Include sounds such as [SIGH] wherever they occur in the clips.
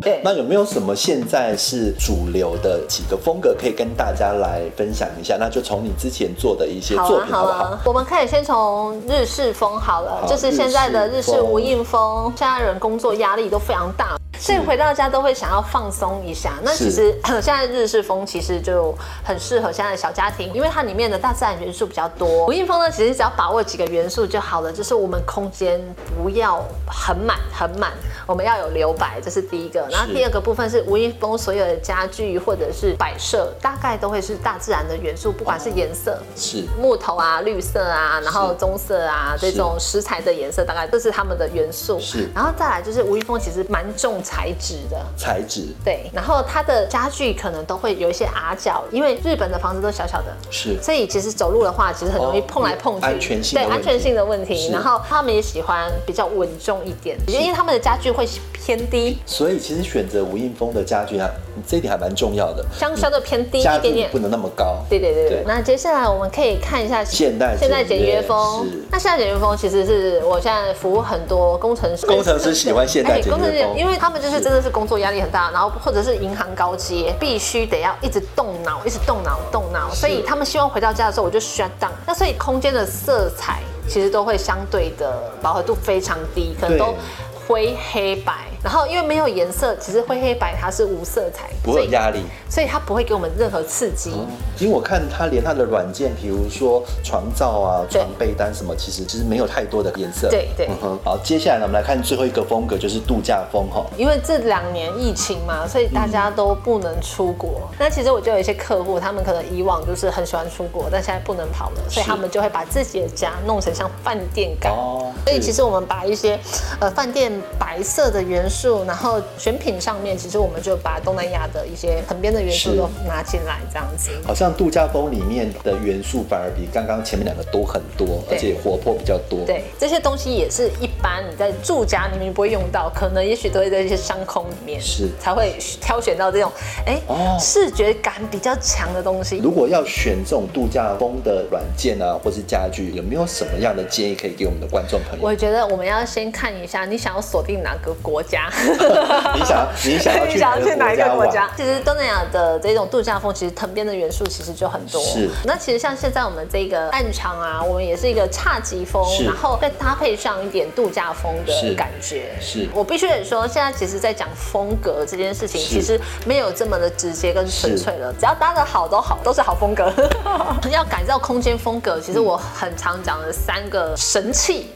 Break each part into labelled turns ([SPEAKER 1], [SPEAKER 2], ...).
[SPEAKER 1] 对
[SPEAKER 2] 那有没有什么现在是主流的几个风格可以跟大家来分享一下？那就从你之前做的一些
[SPEAKER 1] 好
[SPEAKER 2] 作
[SPEAKER 1] 啊
[SPEAKER 2] 品
[SPEAKER 1] 好
[SPEAKER 2] 好不好？
[SPEAKER 1] 啊，我们可以先从日式风好了，
[SPEAKER 2] 好
[SPEAKER 1] 就是现在的
[SPEAKER 2] 日
[SPEAKER 1] 日
[SPEAKER 2] 式
[SPEAKER 1] 式无印风，现在人工作压力都非常大。所以回到家都会想要放松一下。那
[SPEAKER 2] 是
[SPEAKER 1] 其实呃现在日式风其实就很适合现在的小家庭，因为它里面的大自然元素比较多。无印风呢，其实只要把握几个元素就好了，就是我们空间不要很满很满，我们要有留白，这是第一个。然后
[SPEAKER 2] 是
[SPEAKER 1] 第二个部分是无印风所有的家具或者是摆设，大概都会是大自然的元素，不管是颜色、
[SPEAKER 2] 是
[SPEAKER 1] 木头啊、绿色啊，然后棕色啊
[SPEAKER 2] 是
[SPEAKER 1] 这种食材的颜色，大概这是他们的元素。
[SPEAKER 2] 是
[SPEAKER 1] 然后再来就是吴一峰其实蛮重材质的。
[SPEAKER 2] 材质
[SPEAKER 1] 对，然后它的家具可能都会有一些矮角，因为日本的房子都小小的，
[SPEAKER 2] 是
[SPEAKER 1] 所以其实走路的话，其实很容易
[SPEAKER 2] 哦
[SPEAKER 1] 碰来碰去，
[SPEAKER 2] 安全性的
[SPEAKER 1] 对
[SPEAKER 2] 问
[SPEAKER 1] 安
[SPEAKER 2] 题
[SPEAKER 1] 全性的问题。
[SPEAKER 2] 是
[SPEAKER 1] 然后他们也喜欢比较稳重一点，因为他们的家具会偏低，
[SPEAKER 2] 所以其实选择无印风的家具啊，这一点还蛮重要的。
[SPEAKER 1] 相相对偏低
[SPEAKER 2] 家
[SPEAKER 1] 一点
[SPEAKER 2] 具
[SPEAKER 1] 点
[SPEAKER 2] 不。能那么高。
[SPEAKER 1] 对对对
[SPEAKER 2] 对。
[SPEAKER 1] 对那接下来我们可以看一下
[SPEAKER 2] 现代
[SPEAKER 1] 现代
[SPEAKER 2] 简
[SPEAKER 1] 简
[SPEAKER 2] 约
[SPEAKER 1] 约风
[SPEAKER 2] 是。
[SPEAKER 1] 那现代简约风其实是我现在服务很多工程师，
[SPEAKER 2] 工程师喜欢现代
[SPEAKER 1] 哎
[SPEAKER 2] 简约风
[SPEAKER 1] 工程师因为他们就是
[SPEAKER 2] 是
[SPEAKER 1] 真的是工作压力很大，然后或者是银行高阶，必须得要一直动脑，一直动脑动脑，所以他们希望回到家的时候我就 shut down。那所以空间的色彩其实都会相对的饱和度非常低，可能
[SPEAKER 2] 对
[SPEAKER 1] 都灰黑白。然后因为没有颜色，其实灰黑白它是无色彩，
[SPEAKER 2] 不会有哦压力，
[SPEAKER 1] 所以它不会给我们任何刺激。
[SPEAKER 2] 因为我看它连它的软件，比如说床罩啊、
[SPEAKER 1] 对
[SPEAKER 2] 床被单什么，其实其实没有太多的颜色。
[SPEAKER 1] 对对
[SPEAKER 2] 嗯哼。好，接下来呢，我们来看最后一个风格，就是度假风哈。
[SPEAKER 1] 因为这两年疫情嘛，所以大家都不能出国。
[SPEAKER 2] 嗯
[SPEAKER 1] 那其实我就有一些客户，他们可能以往就是很喜欢出国，但现在不能跑了，所以
[SPEAKER 2] 是
[SPEAKER 1] 他们就会把自己的家弄成像饭店感。
[SPEAKER 2] 哦
[SPEAKER 1] 所以其
[SPEAKER 2] 实
[SPEAKER 1] 实我们把一些呃饭店白色的元素，然后选品上面，其实我们就把东南亚的一些层边的元素
[SPEAKER 2] 是
[SPEAKER 1] 都拿进来，这样子。
[SPEAKER 2] 好像度假风里面的元素反而比刚刚前面两个多很多，
[SPEAKER 1] 对
[SPEAKER 2] 而且活泼比较多。，
[SPEAKER 1] 对，这些东西也是一般你在住家里面不会用到，可能也许都会在一些商空里面，
[SPEAKER 2] 是
[SPEAKER 1] 才会挑选到这种哎、
[SPEAKER 2] 哦
[SPEAKER 1] 视觉感比较强的东西。
[SPEAKER 2] 如果要选这种度假风的软件啊，或是家具，有没有什么样的建议可以给我们的观众朋友？
[SPEAKER 1] 我觉得我们要先看一下你想要锁定哪个国家，
[SPEAKER 2] 你想
[SPEAKER 1] [LAUGHS]
[SPEAKER 2] 你想要去
[SPEAKER 1] 你想要去哪一个国
[SPEAKER 2] 玩
[SPEAKER 1] 家？其实东南亚的这种度假风，其实藤编的元素其实就很多。
[SPEAKER 2] 是
[SPEAKER 1] 那其实像现在我们这个暗场啊，我们也是一个侘寂风
[SPEAKER 2] 是，
[SPEAKER 1] 然后再搭配上一点度假风
[SPEAKER 2] 是
[SPEAKER 1] 的感觉。
[SPEAKER 2] 是
[SPEAKER 1] 我必须得说，现在其实在讲风格这件事情，
[SPEAKER 2] 是
[SPEAKER 1] 其实没有这么的直接跟纯粹了。只要搭的好都好，都是好
[SPEAKER 2] [LAUGHS]
[SPEAKER 1] 风格。要改造空间风格，其实我很常讲的三个神器，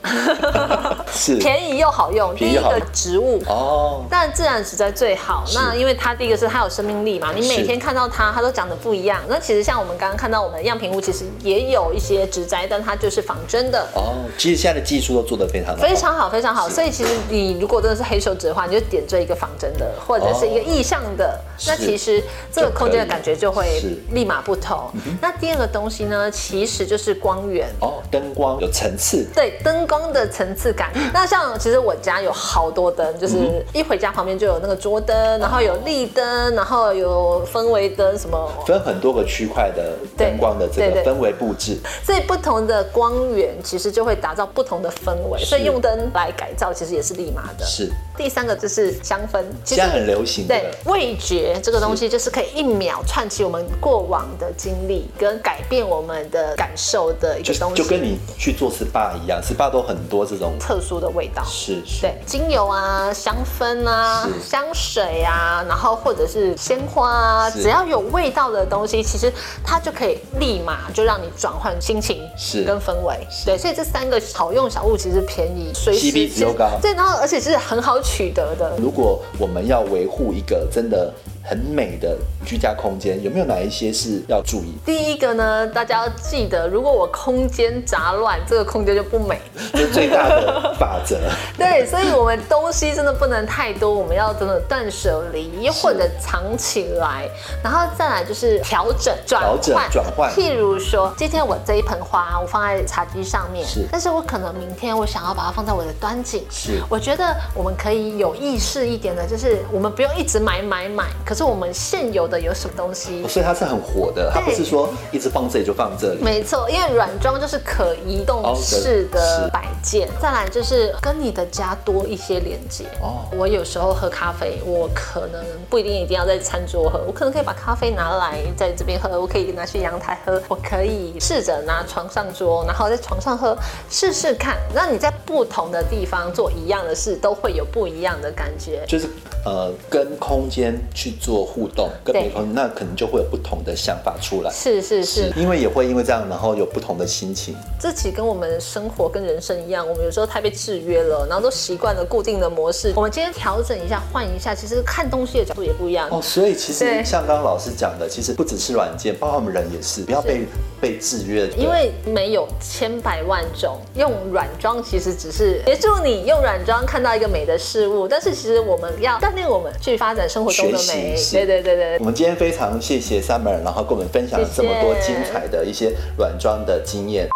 [SPEAKER 2] 是
[SPEAKER 1] 便宜又好用。
[SPEAKER 2] 便
[SPEAKER 1] 第
[SPEAKER 2] 宜
[SPEAKER 1] 一
[SPEAKER 2] 又好用
[SPEAKER 1] 个植物。
[SPEAKER 2] 哦，
[SPEAKER 1] 当然，自然植栽最好。那因为它第一个是它有生命力嘛，你每
[SPEAKER 2] 是
[SPEAKER 1] 天看到它，它都长得不一样。那其实像我们刚刚看到我们的样品屋，其实也有一些植栽，但它就是仿真的。
[SPEAKER 2] 哦，其实现在的技术都做得非常的好，
[SPEAKER 1] 非常好，非常好。所以其实你如果真的是黑手指的话，你就点缀一个仿真的，或者是一个意象的，
[SPEAKER 2] 是
[SPEAKER 1] 那其实这个空间的感觉就会
[SPEAKER 2] 就可以嗯
[SPEAKER 1] 立马不同。那第二个东西呢，其实就是光源。
[SPEAKER 2] 哦，灯光有层次，
[SPEAKER 1] 对灯光的层
[SPEAKER 2] [LAUGHS]
[SPEAKER 1] 次感。那像其实我家有好多灯，
[SPEAKER 2] 嗯
[SPEAKER 1] 就是一回家旁边就有那个桌灯，然后有立灯，然后有氛围灯什么。
[SPEAKER 2] 分很多个区块的
[SPEAKER 1] 对
[SPEAKER 2] 灯光的这个
[SPEAKER 1] 对对
[SPEAKER 2] 氛围布置，
[SPEAKER 1] 所以不同的光源其实就会打造不同的氛围，
[SPEAKER 2] 是
[SPEAKER 1] 所以用灯来改造其实也是立马的。
[SPEAKER 2] 是
[SPEAKER 1] 第三个就是香氛，其
[SPEAKER 2] 现
[SPEAKER 1] 实
[SPEAKER 2] 在很流行
[SPEAKER 1] 对
[SPEAKER 2] 的。
[SPEAKER 1] 味觉这个东西，就是可以一秒串起我们过往的经历，跟改变我们的感受的一
[SPEAKER 2] 就
[SPEAKER 1] 个东西，
[SPEAKER 2] 就跟你去做 SPA 一样，SPA 都很多这种，
[SPEAKER 1] 特殊的味道。
[SPEAKER 2] 是是，
[SPEAKER 1] 对，精油啊、香氛啊、
[SPEAKER 2] 是
[SPEAKER 1] 香水啊，然后或者是鲜花啊，
[SPEAKER 2] 是
[SPEAKER 1] 只要有味道的东西，其实它就可以立马就让你转换心情，
[SPEAKER 2] 是
[SPEAKER 1] 跟氛围。对，所以这三个好用小物其实便宜，随时
[SPEAKER 2] CP 值又高
[SPEAKER 1] 对，然后而且是很好取得的。
[SPEAKER 2] 如果我们要维护一个真的很美的居家空间，有没有哪一些是要注意？ [LAUGHS]
[SPEAKER 1] 第一个呢，大家要记得，如果我空间杂乱，这个空间就不美。
[SPEAKER 2] 这是最大的法则。 [LAUGHS]
[SPEAKER 1] 对，所以我们东西真的不能太多，我们要真的断舍离，或者藏起来，然后再来就是调整、转
[SPEAKER 2] 调整
[SPEAKER 1] 换、
[SPEAKER 2] 转换
[SPEAKER 1] 譬如说，今天我这一盆花我放在茶几上面，
[SPEAKER 2] 是
[SPEAKER 1] 但是我可能明天我想要把它放在我的端景。
[SPEAKER 2] 是
[SPEAKER 1] 我觉得我们可以有意识一点的，就是我们不用一直买买买，可是我们现有的有什么东西
[SPEAKER 2] 哦？所以它是很火的，它不是
[SPEAKER 1] 对
[SPEAKER 2] 说一直放这里就放这里。
[SPEAKER 1] 没错，因为软装就是可移动式
[SPEAKER 2] 哦
[SPEAKER 1] 的
[SPEAKER 2] 是
[SPEAKER 1] 摆件，再来就是跟你的家多一些连接。
[SPEAKER 2] 哦
[SPEAKER 1] 我有时候喝咖啡，我可能不一定一定要在餐桌喝，我可能可以把咖啡拿来在这边喝，我可以拿去阳台喝，我可以试着拿床上桌，然后在床上喝，试试看。那你在不同的地方做一样的事，都会有不一样的感觉。
[SPEAKER 2] 就是呃，跟空间去做互动，跟
[SPEAKER 1] 对
[SPEAKER 2] 别空间，那可能就会有不同的想法出来。
[SPEAKER 1] 是是是，
[SPEAKER 2] 因为也会因为这样，然后有不同的心情。
[SPEAKER 1] 这其实跟我们生活跟人生一样，我们有时候太被制约了，然后都习惯了固定的模式。我们今天调整一下，换一下，其实看东西的角度也不一样。
[SPEAKER 2] 哦，所以其实
[SPEAKER 1] 对
[SPEAKER 2] 像刚刚老师讲的，其实不只是软件，包括我们人也是，不要被被制约。
[SPEAKER 1] 因为没有千百万种，用软装其实只是协助你用软装看到一个美的事物，但是其实我们要锻炼我们去发展生活中
[SPEAKER 2] 学
[SPEAKER 1] 的
[SPEAKER 2] 习
[SPEAKER 1] 美。
[SPEAKER 2] 是
[SPEAKER 1] 对对对对
[SPEAKER 2] 我们今天非常谢谢 Summer，然后跟我们分享了这么多
[SPEAKER 1] 谢谢
[SPEAKER 2] 精彩的一些软装的经验。